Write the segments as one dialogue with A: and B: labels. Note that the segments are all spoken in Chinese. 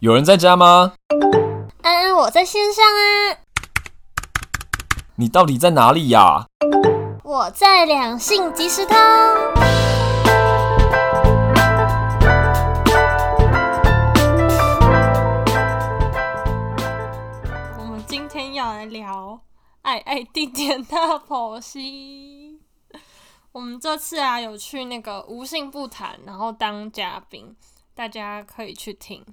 A: 有人在家吗？
B: 安安，嗯我在线上啊，
A: 你到底在哪里呀、
B: 我在两性即时通。
C: 我们今天要来聊爱爱地点大剖析。我们这次啊有去那个无性不谈，然后当嘉宾，大家可以去听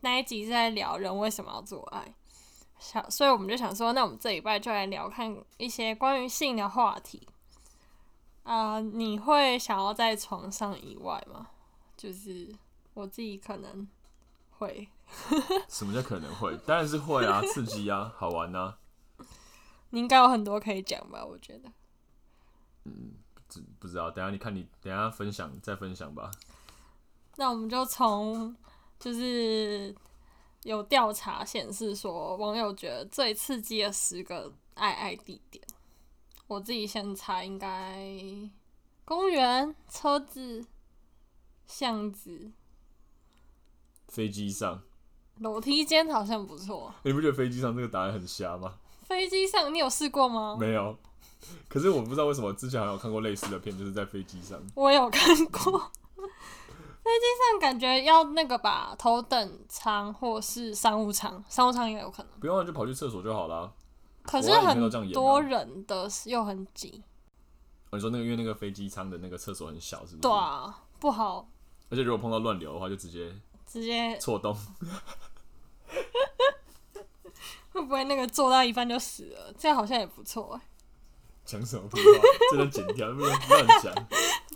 C: 那一集是在聊人为什么要做爱。想，所以我们就想说，那我们这礼拜就来聊看一些关于性的话题。啊、你会想要在床上以外吗？就是我自己可能会。
A: 什么叫可能会？当然是会 啊，刺激啊，好玩啊。
C: 你应该有很多可以讲吧？我觉得
A: 不不知道，等一下你看你等一下分享再分享吧。
C: 那我们就从就是有调查显示说，网友觉得最刺激的十个爱爱地点，我自己先猜应该公园、车子、巷子、
A: 飞机上，
C: 楼梯间好像不错。
A: 你不觉得飞机上这个答案很瞎吗？
C: 飞机上你有试过吗？
A: 没有。可是我不知道为什么之前好像有看过类似的片，就是在飞机上。
C: 我有看过。 飞机上感觉要那个吧，头等舱或是商务舱，商务舱也有可能。
A: 不用啊，就跑去厕所就好啦。
C: 可是
A: 国外里面都这样
C: 很
A: 演啊
C: 多人的是又很挤，
A: 哦、你说那个因为那个飞机舱的那个厕所很小，是不是？
C: 对。啊，不好
A: 而且如果碰到乱流的话，就直接
C: 直接
A: 错动。
C: 会不会那个做到一半就死了？这样好像也不错哎、
A: 讲什么屁话？真的剪掉，不能乱讲。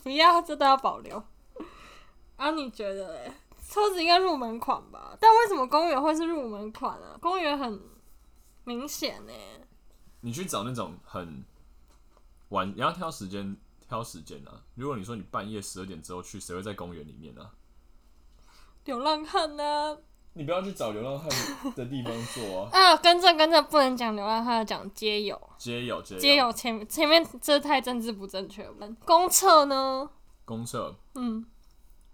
C: 不要，这都要保留。啊，你觉得嘞？车子应该入门款吧？但为什么公园会是入门款啊？公园很明显欸呢、
A: 你去找那种很晚，你要挑时间，挑时间啊。如果你说你半夜十二点之后去，谁会在公园里面啊？
C: 流浪汉啊呢、！
A: 你不要去找流浪汉的地方做啊
C: 啊？跟这跟这不能讲流浪汉，要讲街友。
A: 街友，街友，
C: 街友前前面这太政治不正确了。公厕呢？
A: 公厕。
C: 嗯，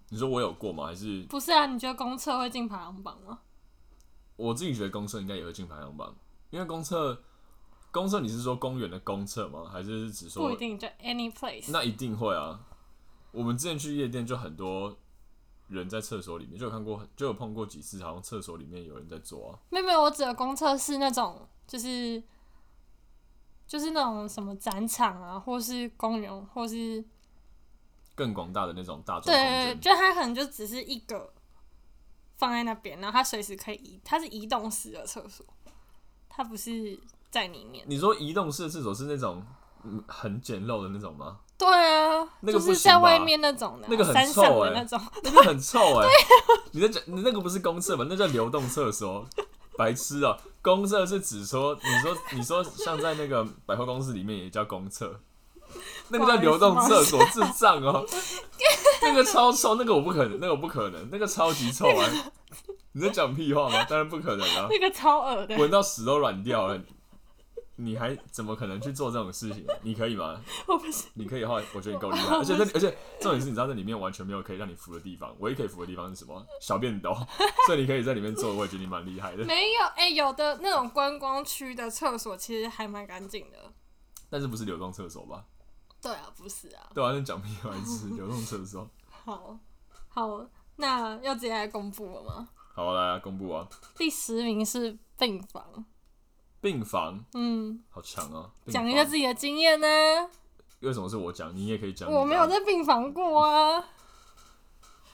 A: 你说我有过吗？还是
C: 不是啊，你觉得公厕会进排行榜吗？
A: 我自己觉得公厕应该也会进排行榜？因为公厕，公厕你是说公园的公厕吗？还是只说
C: 不一定，就 any place。
A: 那一定会啊！我们之前去夜店就很多人在厕所里面，就有看过，就有碰过几次，好像厕所里面有人在做啊。
C: 没有没有，我指的公厕是那种，就是就是那种什么展场啊，或是公园，或是
A: 更广大的那种大众空
C: 对，
A: 间，
C: 就它可能就只是一个放在那边，然后它随时可以移，它是移动式的厕所，它不是在里面。
A: 你说移动式的厕所是那种嗯很简陋的那种吗？
C: 对啊，
A: 那个
C: 就
A: 不
C: 是
A: 行
C: 在外
A: 吧
C: 面那种的啊、
A: 那个很
C: 山上
A: 臭
C: 的
A: 欸
C: 那种。
A: 那个很臭哎、你在讲你那个不是公厕吧？那叫流动厕所， 白痴啊！公厕是指说，你说你说像在那个百货公司里面也叫公厕，那个叫流动厕所，智障哦、那个超臭，那个我不可能，那个我不可能，那个超级臭哎、你在讲屁话吗？当然不可能 啊！
C: 那个超恶的，
A: 闻到屎都软掉了，你还怎么可能去做这种事情？你可以吗？
C: 我不是
A: 你可以 的话，我觉得你够厉害。而且那里而且重点是，你知道那里面完全没有可以让你扶的地方，唯一可以扶的地方是什么？小便斗。 所以你可以在里面坐，我也觉得你蛮厉害的。
C: 没有哎、有的那种观光区的厕所其实还蛮干净的。
A: 但是不是流动厕所吧？
C: 对啊，不是啊。
A: 对啊，那讲屁话 是流动厕所。
C: 好，好，那要直接来公布了吗？
A: 好，来公布啊，
C: 第十名是病房，
A: 病房
C: 嗯，
A: 好强啊！病房
C: 讲一下自己的经验呢、
A: 为什么是我讲，你也可以讲你的啊。
C: 我没有在病房过啊，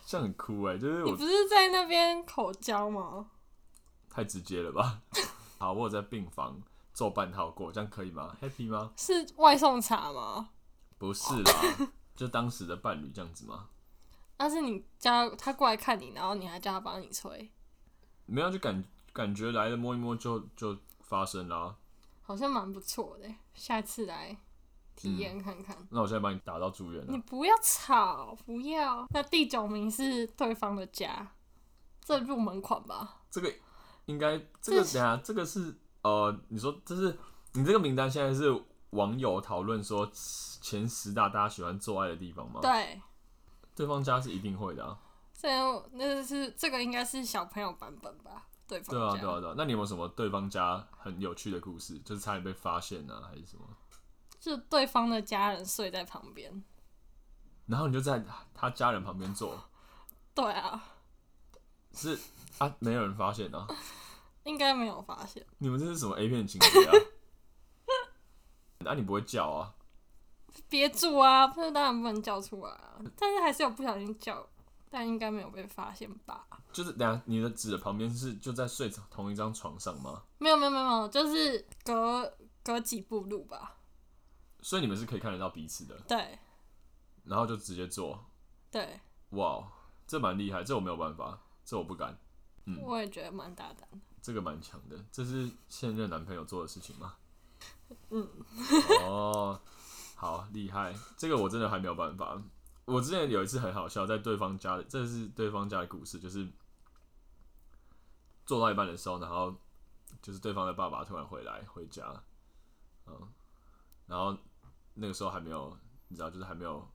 A: 这样很酷哎、就是
C: 你
A: 我
C: 不是在那边口交吗？
A: 太直接了吧？好，我有在病房做半套过，这样可以吗？Happy 吗？
C: 是外送茶吗？
A: 不是 啦，就当时的伴侣这样子吗？
C: 那、是你叫他过来看你，然后你还叫他帮你吹，
A: 没有，就感感觉来了摸一摸就就发生啊啦、
C: 好像蛮不错的、欸下次来体验看看。
A: 那我现在把你打到住院
C: 你
A: 了。
C: 不要吵，不要。那第九名是对方的家，这入门款吧？
A: 这个应该这个等
C: 这是
A: 下这个是呃，你说这是你这个名单现在是网友讨论说前十大大家喜欢做爱的地方吗？，
C: 对，
A: 对方家是一定会的啊。
C: 这那是这个应该是小朋友版本吧？对方
A: 对啊，
C: 家
A: 对啊，对啊。那你有没有什么对方家很有趣的故事？就是差点被发现啊，还是什么？
C: 就对方的家人睡在旁边。
A: 然后你就在他家人旁边坐，
C: 对啊，
A: 是啊，没有人发现啊。
C: 应该没有发现。
A: 你们这是什么 A 片情节啊？那、你不会叫啊？
C: 憋住啊，那当然不能叫出来啊，但是还是有不小心叫，但应该没有被发现吧？
A: 就是等下你的指的旁边是就在睡同一张床上吗？
C: 没有没有没有没有，就是隔隔几步路吧？
A: 所以你们是可以看得到彼此的，
C: 对
A: 然后就直接做。
C: 对，
A: 哇，哦这蛮厉害，这我没有办法，这我不敢，嗯
C: 我也觉得蛮大胆的。
A: 这个蛮强的。这是现任男朋友做的事情吗？
C: 嗯。
A: 哦，好厉害，这个我真的还没有办法。我之前有一次很好笑，在对方家的，这是对方家的故事，就是做到一半的时候，然后就是对方的爸爸突然回来回家，嗯，然后那个时候还没有，你知道，就是还没有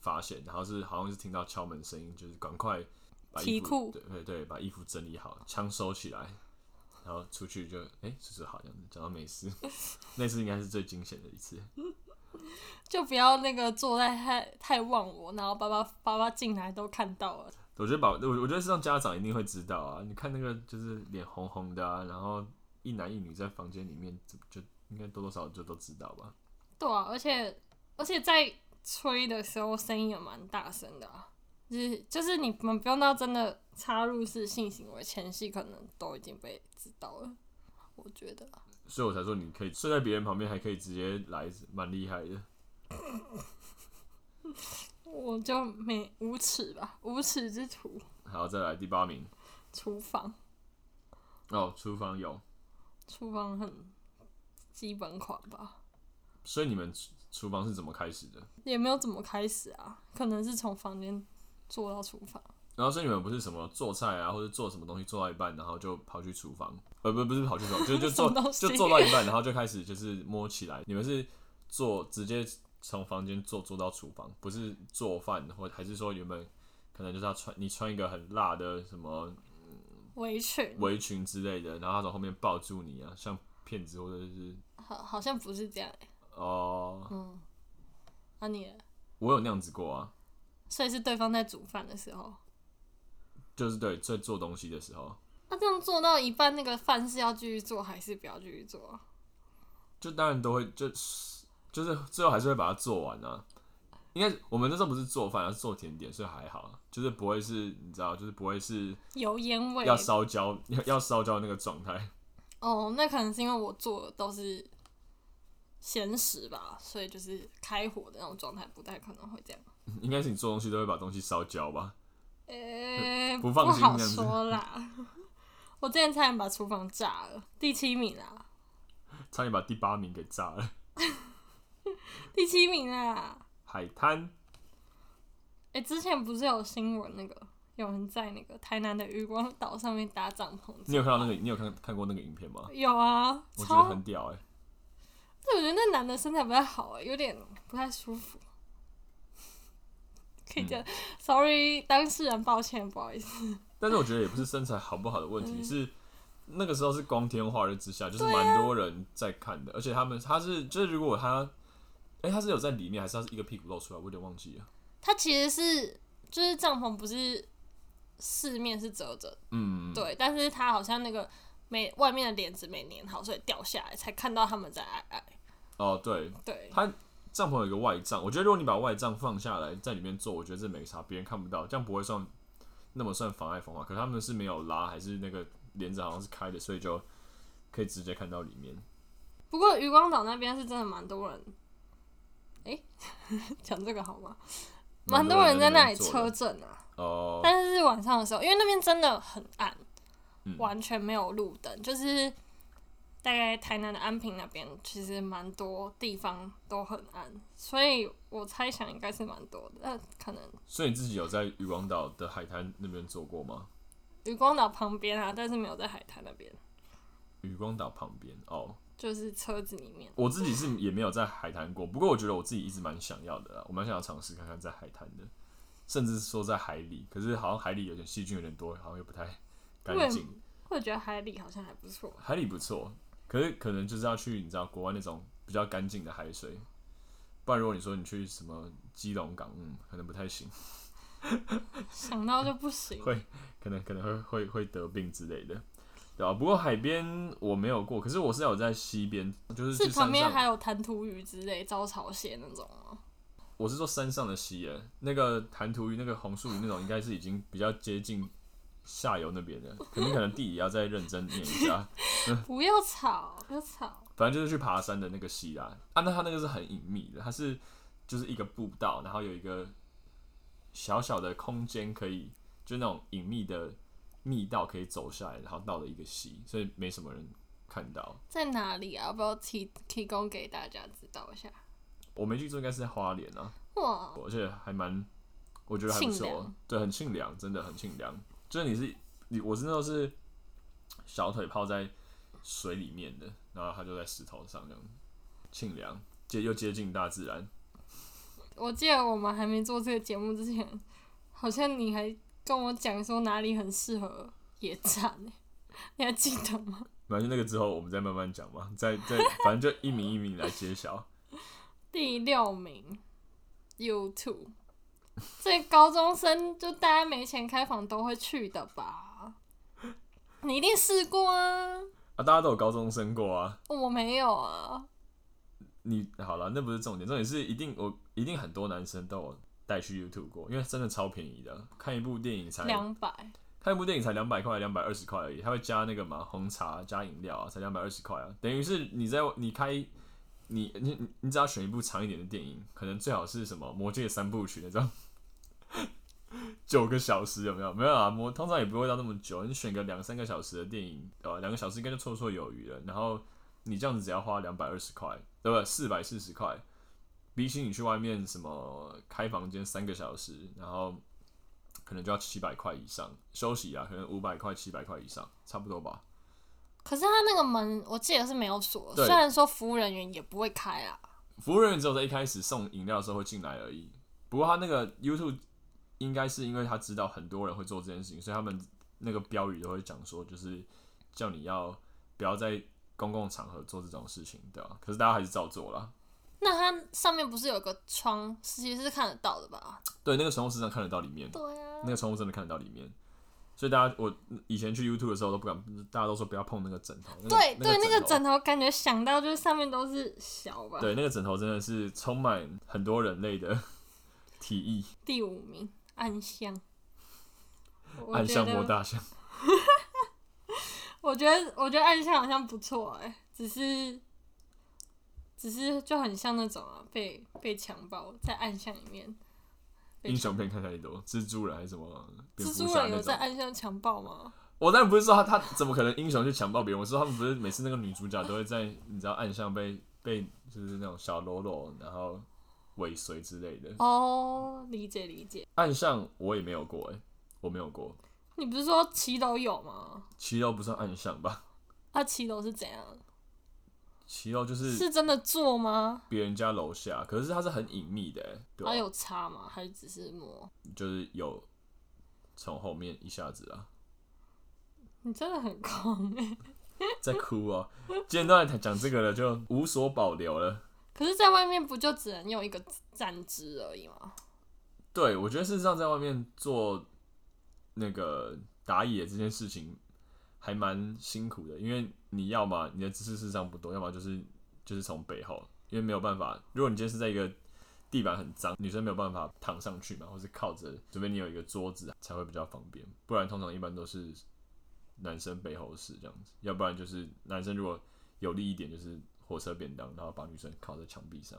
A: 发现，然后是好像是听到敲门声音，就是赶快把衣
C: 提
A: 服
C: 裤
A: 对对对，把衣服整理好，枪收起来，然后出去就哎，叔、叔好这样子，讲到没事， 那次应该是最惊险的一次。
C: 就不要那个坐在太太忘我，然后爸爸爸爸进来都看到了，
A: 我觉得把我我觉得是让家长一定会知道啊，你看那个就是脸红红的啊，然后一男一女在房间里面，就就应该多多少少就都知道吧。
C: 对啊，而且而且在吹的时候声音也蛮大声的啊，就是就是你们不用到真的插入式性行为前戏，可能都已经被知道了，我觉得啊
A: 所以我才说你可以睡在别人旁边，还可以直接来，蛮厉害的。
C: 我就没无耻吧，无耻之徒，
A: 好，再来第八名
C: 厨房
A: 哦，厨房有，
C: 厨房很基本款吧，
A: 所以你们厨厨房是怎么开始的？
C: 也没有怎么开始啊，可能是从房间坐到厨房。
A: 然后所以你们不是什么做菜啊，或者做什么东西做到一半，然后就跑去厨房，呃不不是跑去厨房，就就做
C: 什么东西
A: 就做到一半，然后就开始就是摸起来。你们是做直接从房间做做到厨房，不是做饭，或还是说原本可能就是要穿你穿一个很辣的什么
C: 围裙，
A: 围裙之类的，然后他从后面抱住你啊，像骗子或者是
C: 好，好像不是这样、欸。
A: 哦、
C: 嗯，啊你呢，
A: 我有那样子过啊，
C: 所以是对方在煮饭的时候，
A: 就是对在做东西的时候，
C: 那、这样做到一半，那个饭是要继续做还是不要继续做啊？
A: 就当然都会，就是就是最后还是会把它做完啊。应该我们那时候不是做饭，而是做甜点，所以还好，就是不会是，你知道，就是不会是
C: 油烟味
A: 要烧焦 要要烧焦那个状态。
C: 哦，那可能是因为我做的都是咸食吧，所以就是开火的那种状态，不太可能会这样。
A: 应该是你做东西都会把东西烧焦吧？
C: 呃、
A: 嗯不放心
C: 好
A: 这样子
C: 说啦。 我之前差点把厨房炸了，第七名啊啦，
A: 差点把第八名给炸了。
C: 第七名啊啦。
A: 海滩
C: 哎、之前不是有新闻那个有人在那个台南的渔光岛上面搭帐篷？
A: 你有看到那个？你有看看过那个影片吗？
C: 有啊，
A: 我觉
C: 超
A: 得很屌哎、
C: 对，我觉得那男的身材不太好、欸，有点不太舒服。可以这样、s
A: 嗯
C: o r r y 当事人，抱歉，不好意思。
A: 但是我觉得也
C: 嗯
A: 不是身材好不好的问题，是那个时候是光天化日之下，就是
C: 啊
A: 蛮多人在看的，而且他们他是就是如果他，哎、他是有在里面，还是他是一个屁股露出来，我有点忘记了。
C: 他其实是就是帐篷不是四面是折着的，
A: 嗯，
C: 对，但是他好像那个没外面的帘子没粘好，所以掉下来才看到他们在爱爱。
A: 哦，对，
C: 对，
A: 他帐篷有一个外帐，我觉得如果你把外帐放下来，在里面坐，我觉得这没啥，别人看不到，这样不会算那么算妨碍风化。可是他们是没有拉，还是那个帘子好像是开的，所以就可以直接看到里面。
C: 不过渔光岛那边是真的蛮多人，诶， 讲这个好吗？蛮多人在那里
A: 蛮多
C: 车
A: 人在
C: 震啊，
A: 坐的哦，
C: 但是是晚上的时候，因为那边真的很暗，
A: 嗯
C: 完全没有路灯，就是大概台南的安平那边，其实蛮多地方都很暗，所以我猜想应该是蛮多的，但可能
A: 所以你自己有在渔光岛的海滩那边坐过吗？
C: 渔光岛旁边啊，但是没有在海滩那边，
A: 渔光岛旁边哦，
C: 就是车子里面。
A: 我自己是也没有在海滩过，不过我觉得我自己一直蛮想要的啦，我蛮想要尝试看看在海滩的，甚至说在海里，可是好像海里有点细菌有点多，好像又不太干
C: 对
A: 净。
C: 会觉得海里好像还不错。
A: 海里不错，可是可能就是要去你知道国外那种比较干净的海水，不然如果你说你去什么基隆港，嗯，可能不太行，
C: 想到就不行。
A: 会可能可能会会会得病之类的，对吧、啊不过海边我没有过，可是我是有在西边，就是去
C: 是旁
A: 山
C: 边
A: 上，
C: 还有弹涂鱼之类、招潮蟹那种哦吗？
A: 我是说山上的溪耶，那个弹涂鱼、那个红树鱼那种，应该是已经比较接近下游那边的，可能可能地理要再认真念一 下。
C: 不要吵，不要吵。
A: 反正就是去爬山的那个溪啦。啊，那它那个是很隐秘的，它是就是一个步道，然后有一个小小的空间可以，就是那种隐秘的密道可以走下来，然后到了一个溪，所以没什么人看到。
C: 在哪里啊？要不要提提供给大家知道一下？
A: 我没记错，应该是在花莲啊，
C: 哇，
A: 而且还蛮，我觉得还不
C: 清
A: 错啊
C: 凉，
A: 对，很清凉，真的很清凉。就是你是你，我是那时候是小腿泡在水里面的，然后它就在石头上这样清凉，接又接近大自然。
C: 我记得我们还没做这个节目之前，好像你还跟我讲说哪里很适合野餐、你还记得吗？
A: 反正那个之后我们再慢慢讲嘛，再再反正就一名一名来揭晓。
C: 第六名，YouTube，这高中生就大家没钱开房都会去的吧？你一定试过啊，
A: 啊，大家都有高中生过啊，
C: 我没有啊。
A: 你好了，那不是重点，重点是一定我一定很多男生都有带去 YouTube 过，因为真的超便宜的，看一部电影才
C: 两百，
A: 看一部电影才两百块、两百二十块而已，他会加那个嘛红茶加饮料啊，才两百二十块啊，等于是你在你开你你你你只要选一部长一点的电影，可能最好是什么《魔戒》三部曲那种。 九个小时有没有？没有啊，魔通常也不会到那么久，你选个两三个小时的电影，呃，两个小时应该就绰绰有余了。然后你这样子只要花两百二十块，对不对？四百四十块，比起你去外面什么开房间三个小时，然后可能就要七百块以上休息啊，可能五百块、七百块以上，差不多吧。
C: 可是他那个门我记得是没有锁，
A: 对
C: 虽然说服务人员也不会开啊。
A: 服务人员只有在一开始送饮料的时候会进来而已。不过他那个 YouTube 应该是因为他知道很多人会做这件事情，所以他们那个标语都会讲说，就是叫你要不要在公共场合做这种事情，对吧、可是大家还是照做啦。
C: 那它上面不是有个窗，其实是看得到的吧？
A: 对，那个宠物身上看得到里面，
C: 对啊
A: 那，个宠物真的看得到里面。所以大家，我以前去 YouTube 的时候都不敢，大家都说不要碰那个枕头。那个
C: 对对，
A: 那
C: 那个
A: 头啊
C: 枕头感觉想到就是上面都是小吧。
A: 对，那个枕头真的是充满很多人类的 提议，
C: 第五名暗巷，我
A: 暗
C: 觉
A: 象摸
C: 得，
A: 大象。
C: 我觉得我觉得暗巷好像不错哎、只是只是就很像那种啊，被被强暴在暗巷里面。被
A: 英雄片看太多，蜘蛛人还是什么蝙
C: 蜘
A: 蝠
C: 蛛
A: 侠
C: 人
A: 那
C: 有在
A: 种。
C: 暗巷强暴吗？
A: 我当然不是说他他怎么可能英雄去强暴别人，我说他们不是每次那个女主角都会在你知道暗巷被被就是那种小喽啰，然后尾随之类的。
C: 哦、理解理解。
A: 暗巷我也没有过哎、我没有过，
C: 你不是说骑楼有吗？
A: 骑楼不算暗巷吧？
C: 啊，骑楼是怎样？
A: 骑楼就是
C: 是真的做吗？
A: 别人家楼下，可是它是很隐秘的、欸，对吧、
C: 它有擦吗？还是只是摸？
A: 就是有从后面一下子啊。
C: 你真的很狂哎、
A: 在哭哦。今天都在讲这个了，就无所保留了。
C: 可是，在外面不就只能用一个站姿而已吗？
A: 对，我觉得事实上在外面做那个打野这件事情还蛮辛苦的，因为你要么你的姿势事实上不多，要么就是就是从背后，因为没有办法。如果你今天是在一个地板很脏，女生没有办法躺上去嘛，或是靠着，除非你有一个桌子才会比较方便，不然通常一般都是男生背后式这样子，要不然就是男生如果有力一点就是火车便当，然后把女生靠在墙壁上。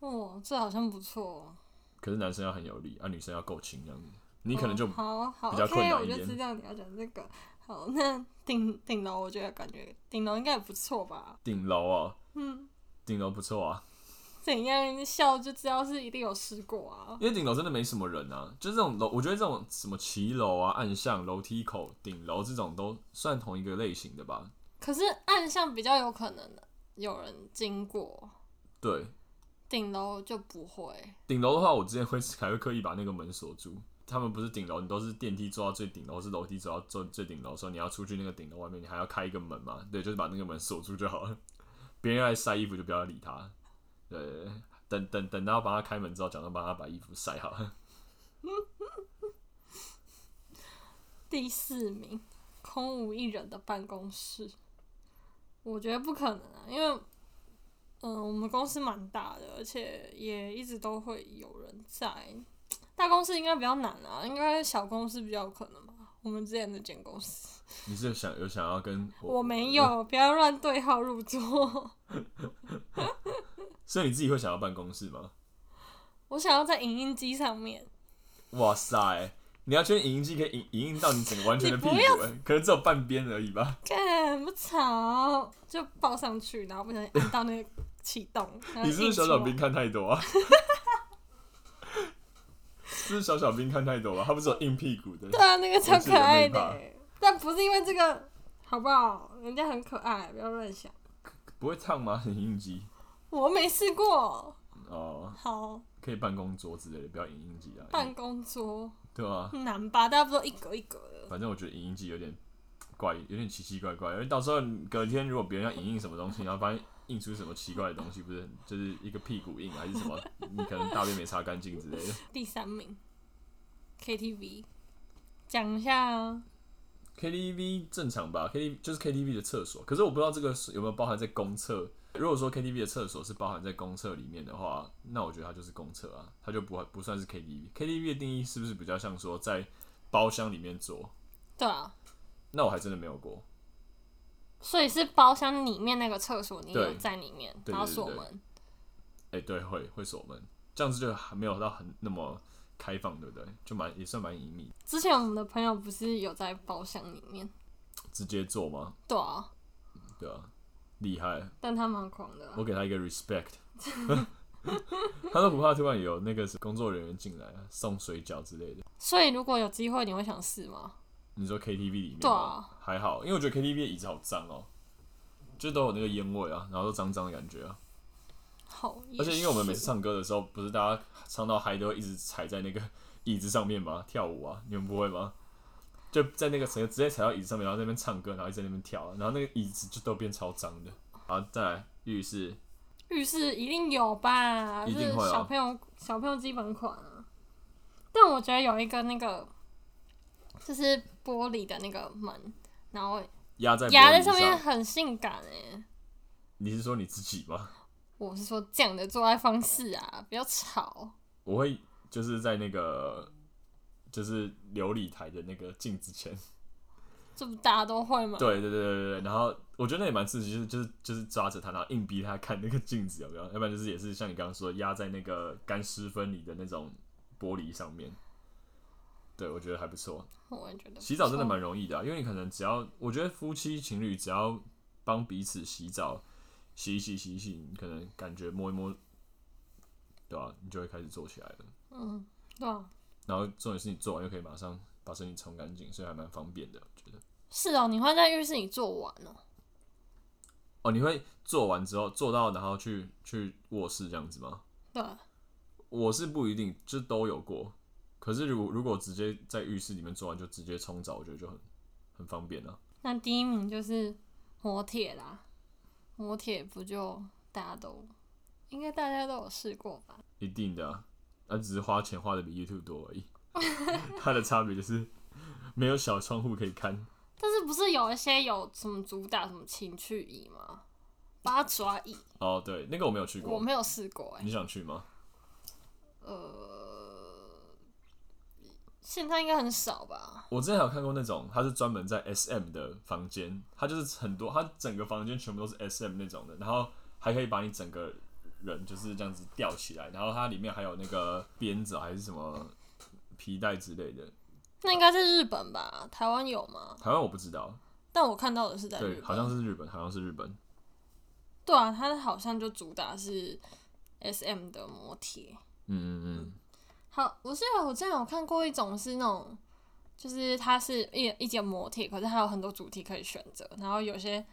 C: 哦，这好像不错哦。
A: 可是男生要很有力，啊，女生要够轻这样子，你可能就
C: 哦好好
A: 比较困
C: OK，
A: 难
C: 我
A: 一点
C: 就知道你要讲这个。好，那顶顶楼，我觉得感觉顶楼应该也不错吧？
A: 顶楼哦，
C: 嗯，
A: 顶楼不错啊，
C: 怎样笑就知道是一定有试过啊。
A: 因为顶楼真的没什么人啊，就这种楼，我觉得这种什么骑楼啊、暗巷、楼梯口、顶楼这种都算同一个类型的吧？
C: 可是暗巷比较有可能有人经过，
A: 对，
C: 顶楼就不会。
A: 顶楼的话，我之前会还会刻意把那个门锁住。他们不是顶楼，你都是电梯坐到最顶楼，或是楼梯走到最最顶楼的时候，你要出去那个顶楼外面，你还要开一个门嘛？对，就是把那个门锁住就好了。 别人来晒衣服就不要理他。对，对对等等等到帮他开门之后，假装帮他把衣服晒好。
C: 第四名，空无一人的办公室，我觉得不可能啊，因为，嗯、我们公司蛮大的，而且也一直都会有人在。大公司应该比较难啊，应该小公司比较有可能吧。我们之前的简公司，
A: 你是想有想要跟
C: 我没，有，不要乱对号入座。
A: 所以你自己会想要办公室吗？
C: 我想要在影印机上面，
A: 哇塞！你要去影印机可以影影印到你整个完全的屁股、
C: 你不
A: 欸，可能只有半边而已吧。
C: 干不吵就抱上去，然后不小心按到那个启动。然后
A: 你是不
C: 印
A: 是小
C: 出
A: 小
C: 来
A: 兵看太多啊？ 是不是小小兵看太多啊了、他不是有硬屁股的，
C: 对啊，那个超
A: 是
C: 可
A: 有
C: 爱
A: 内
C: 的
A: 八
C: 欸、但不是因为这个，好不好？人家很可爱，不要乱想。
A: 不会烫吗？影印机
C: 我没试过。
A: 哦，
C: 好，
A: 可以办公桌之类的，不要影印机啊。
C: 办公桌
A: 对啊，
C: 难吧？大家不都一格一格的？
A: 反正我觉得影印机有点怪，有点奇奇怪怪。因为到时候你隔天如果别人要影印什么东西，然后发现印出什么奇怪的东西，不是很就是一个屁股印还是什么，你可能大便没擦干净之类的。
C: 第三名，KTV，讲一下啊。
A: KTV 正常吧，KTV 就是 KTV 的厕所，可是我不知道这个是有没有包含在公厕。如果说 KTV 的厕所是包含在公厕里面的话，那我觉得它就是公厕啊，它就不不算是 KTV。KTV 的定义是不是比较像说在包厢里面做？
C: 对啊，
A: 那我还真的没有过。
C: 所以是包厢里面那个厕所，你
A: 对
C: 有在里面，
A: 对
C: 然后
A: 对对
C: 锁
A: 对
C: 门。
A: 哎、对，会会锁门，这样子就还没有到很那么开放，对不对？就蛮也算蛮隐秘，
C: 之前我们的朋友不是有在包厢里面？
A: 直接做吗？
C: 对啊，
A: 对啊，厉害，
C: 但他蛮狂的啊、
A: 我给他一个 respect。他说不怕突然有那个是工作人员进来啊，送水饺之类的。
C: 所以如果有机会，你会想试吗？
A: 你说 KTV 里面吗
C: 对啊
A: 还好，因为我觉得 KTV 的椅子好脏哦，就都有那个烟味啊，然后都脏脏的感觉啊。
C: 好，也
A: 而且因为我们每
C: 是
A: 次唱歌的时候，不是大家唱到嗨都会一直踩在那个椅子上面吗？ 跳舞啊，你们不会吗？就在那个直接直接踩到椅子上面，然后在那边唱歌，然后一直在那边跳，然后那个椅子就都变超脏的。好，再来浴室，
C: 浴室一定有吧，
A: 一定会啊
C: 是小朋友小朋友基本款啊。但我觉得有一个那个，就是玻璃的那个门，然后
A: 压在玻璃
C: 压在上面很性感哎、
A: 你是说你自己吗？
C: 我是说这样的做爱方式啊，比较吵。
A: 我会就是在那个就是琉璃台的那个镜子前，
C: 这不大家都会吗？
A: 对对对对对，然后我觉得那也蛮刺激，就是就是就是抓着他，然后硬逼他看那个镜子有没有，要不然就是也是像你刚刚说压在那个干湿分离的那种玻璃上面。对，我觉得还不错。
C: 我也觉得
A: 洗澡真的蛮容易的啊、因为你可能只要，我觉得夫妻情侣只要帮彼此洗澡，洗一洗洗一洗，你可能感觉摸一摸，对吧、啊你就会开始做起来了。
C: 嗯，对啊，
A: 然后重点是你做完就可以马上把身体冲干净，所以还蛮方便的，我觉得。
C: 是哦，你会在浴室里做完哦。
A: 哦，你会做完之后做到，然后去去卧室这样子吗？
C: 对，
A: 我是不一定，就都有过。可是如果如果直接在浴室里面做完就直接冲澡，我觉得就很很方便啊。
C: 那第一名就是磨铁啦，磨铁不就大家都应该大家都有试过吧？
A: 一定的、啊，那只是花钱花的比 YouTube 多而已。 它的差别就是没有小窗户可以看。
C: 但是不是有一些有什么主打什么情趣椅吗？八爪椅，
A: 哦，对，那个我没有去
C: 我
A: 过，
C: 没有试过哎、
A: 你想去吗？
C: 现在应该很少吧？
A: 我之前还有看过那种，它是专门在 SM 的房间，它就是很多，它整个房间全部都是 SM 那种的，然后还可以把你整个人就是这样子吊起来，然后它里面还有那个鞭子啊还是什么皮带之类的。
C: 那应该是日本吧？台湾有吗？
A: 台湾我不知道，
C: 但我看到的是在
A: 对，
C: 日本，
A: 好像是日本，好像是日本。
C: 对啊，它好像就主打是 S M 的磨铁。
A: 嗯嗯嗯，
C: 好，我记得我之前有看过一种是那种，就是它是一一节磨铁，可是它有很多主题可以选择，然后有些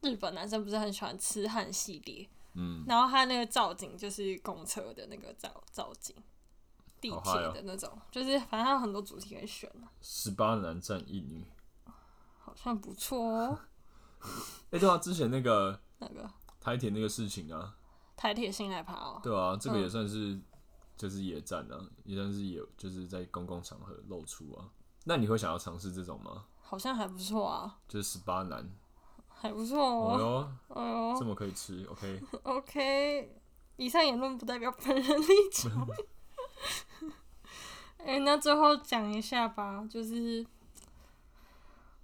C: 日本男生不是很喜欢痴汉系列，
A: 嗯，
C: 然后它那个造景就是公车的那个造造景，地
A: 好
C: 铁
A: 嗨哦
C: 的那种，就是反正它有很多主题可以选啊
A: 十八男战一女。
C: 好像不错 哦。
A: 哎、对啊，之前那个
C: 那个
A: 台铁那个事情啊，
C: 台铁新来爬哦，
A: 对啊，这个
C: 嗯
A: 也算是、就是野战啊，也算是野，就是在公共场合露出啊。那你会想要尝试这种吗？
C: 好像还不错啊，
A: 就是十八男，
C: 还不错
A: 哦
C: 哦。
A: 哟，
C: 哎呦
A: 这么可以吃，OK？
C: OK，以上言论不代表本人立场。哎、那最后讲一下吧，就是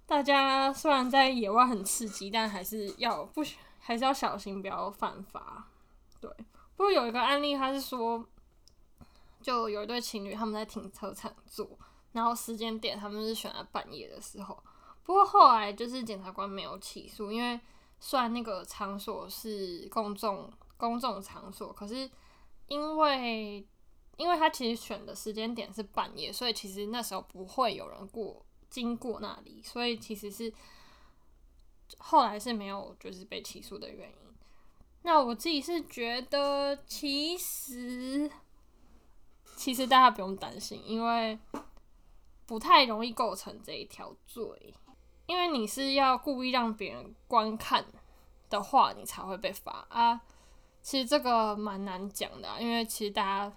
C: 大家虽然在野外很刺激，但还是要不还是要小心，不要犯法。对，不过有一个案例，他是说，就有一对情侣他们在停车场坐，然后时间点他们是选在半夜的时候。不过后来就是检察官没有起诉，因为算那个场所是公众公众场所，可是因为因为他其实选的时间点是半夜，所以其实那时候不会有人过经过那里，所以其实是后来是没有就是被起诉的原因。那我自己是觉得，其实其实大家不用担心，因为不太容易构成这一条罪。因为你是要故意让别人观看的话，你才会被罚啊。其实这个蛮难讲的、啊，因为其实大家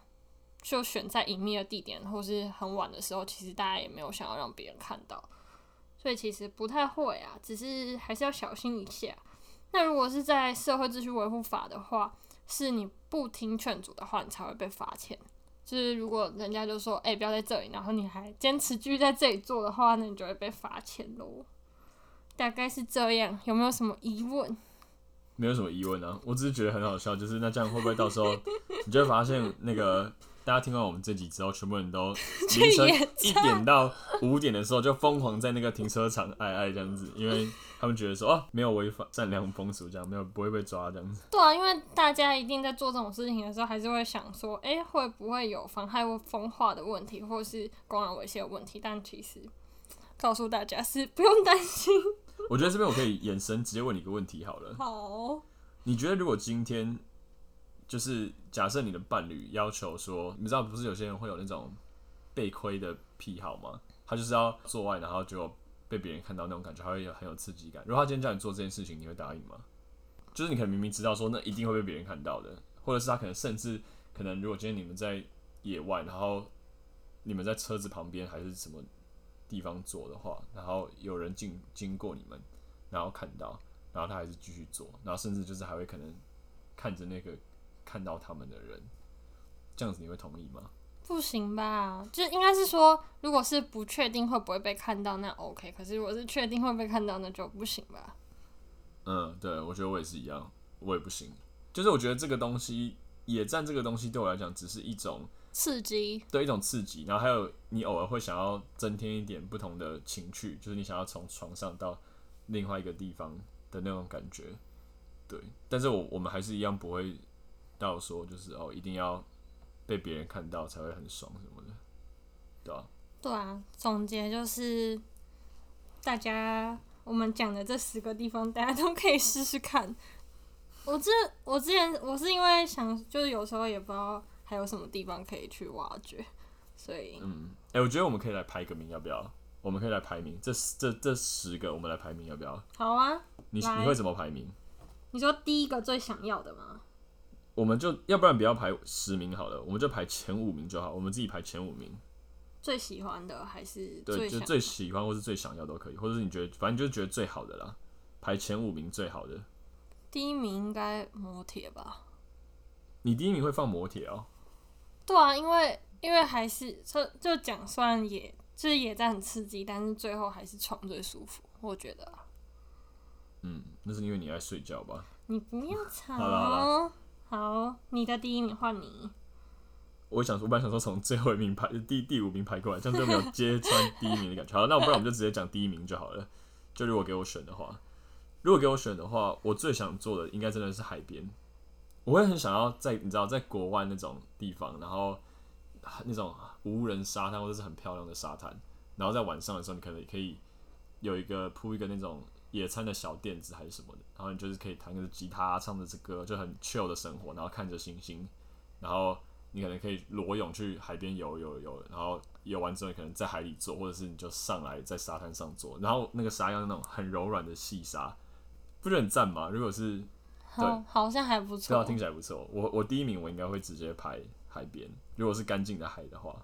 C: 就选在隐秘的地点或是很晚的时候，其实大家也没有想要让别人看到，所以其实不太会啊，只是还是要小心一下。那如果是在社会秩序维护法的话，是你不听劝阻的话，你才会被罚钱。就是如果人家就说，哎、不要在这里，然后你还坚持继续在这里做的话，那你就会被罚钱喽。大概是这样，有没有什么疑问？
A: 没有什么疑问啊，我只是觉得很好笑，就是那这样会不会到时候你就会发现那个大家听完我们这集之后，全部人都凌晨
C: 野餐
A: 一点到五点的时候就疯狂在那个停车场爱爱这样子，因为他们觉得说哦、没有违反善良风俗，这样没有不会被抓这样子。
C: 对啊，因为大家一定在做这种事情的时候，还是会想说，哎、会不会有妨害风化的问题，或是公然猥亵的问题？但其实告诉大家是不用担心。
A: 我觉得这边我可以延伸直接问你一个问题好了，
C: 好，哦
A: 你觉得如果今天就是假设你的伴侣要求说，你知道不是有些人会有那种被亏的癖好吗？他就是要做爱，然后就被别人看到那种感觉，还会有很有刺激感。如果他今天叫你做这件事情，你会答应吗？就是你可能明明知道说那一定会被别人看到的，或者是他可能甚至可能如果今天你们在野外，然后你们在车子旁边还是什么地方做的话，然后有人经经过你们，然后看到，然后他还是继续做，然后甚至就是还会可能看着那个看到他们的人，这样子你会同意吗？
C: 不行吧？就应该是说，如果是不确定会不会被看到，那 OK。可是如果是确定会被看到，那就不行吧？
A: 嗯，对，我觉得我也是一样，我也不行。就是我觉得这个东西，野战这个东西对我来讲只是一种
C: 刺激，
A: 对一种刺激，然后还有你偶尔会想要增添一点不同的情趣，就是你想要从床上到另外一个地方的那种感觉。对，但是我我们还是一样不会到说就是哦一定要被别人看到才会很爽什么的，对吧、
C: 对啊，总结就是，大家我们讲的这十个地方，大家都可以试试看。我之我之前我是因为想，就是有时候也不知道还有什么地方可以去挖掘，所以
A: 嗯，哎、我觉得我们可以来排个名，要不要？我们可以来排名，这十这这十个我们来排名，要不要？
C: 好啊。
A: 你
C: 来
A: 你会怎么排名？
C: 你说第一个最想要的吗？
A: 我们就要不然不要排十名好了，我们就排前五名就好，我们自己排前五名。
C: 最喜欢的还是
A: 对，
C: 最
A: 就
C: 想
A: 最喜欢或是最想要都可以，或者是你觉得反正就是觉得最好的啦，排前五名最好的。
C: 第一名应该摩铁吧？
A: 你第一名会放摩铁哦，
C: 对啊，因为因为还是就就讲，虽然也就是也在很刺激，但是最后还是床最舒服，我觉得啊。
A: 嗯，那是因为你爱睡觉吧？
C: 你不要吵。
A: 好啦好
C: 好你的第一名换你。
A: 我想说，我本来想说从最后一名排第第五名排过来，这样就没有揭穿第一名的感觉。好，那我不然我们就直接讲第一名就好了。就如果给我选的话，如果给我选的话，我最想做的应该真的是海边。我会很想要在你知道，在国外那种地方，然后啊那种无人沙滩或者是很漂亮的沙滩，然后在晚上的时候，你可能可以有一个铺一个那种野餐的小垫子还是什么的，然后你就是可以弹着吉他，唱着这歌，就很 chill 的生活，然后看着星星，然后你可能可以裸泳去海边游游游，然后游完之后你可能在海里坐，或者是你就上来在沙滩上坐，然后那个沙要那种很柔软的细沙，不是很赞吗？如果是
C: 好，好像还不
A: 对啊，
C: 错。
A: 听起来不错。我我第一名我应该会直接排海边，如果是干净的海的话，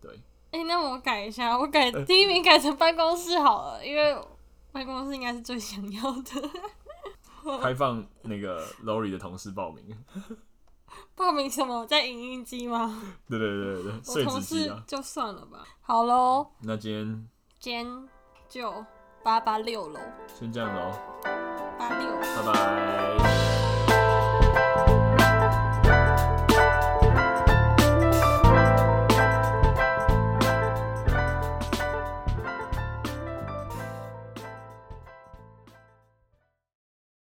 A: 对，
C: 哎、那我改一下，我改第一名改成办公室好了，因为办公室应该是最想要的。
A: 开放那个 Lori 的同事报名。
C: 报名什么？在影印机吗？
A: 对对对对对，
C: 我
A: 碎
C: 同
A: 纸机
C: 事
A: 啊。
C: 就算了吧。好喽，
A: 那今天
C: 今天就八八六喽，
A: 先这样喽，
C: 八六。
A: 拜拜。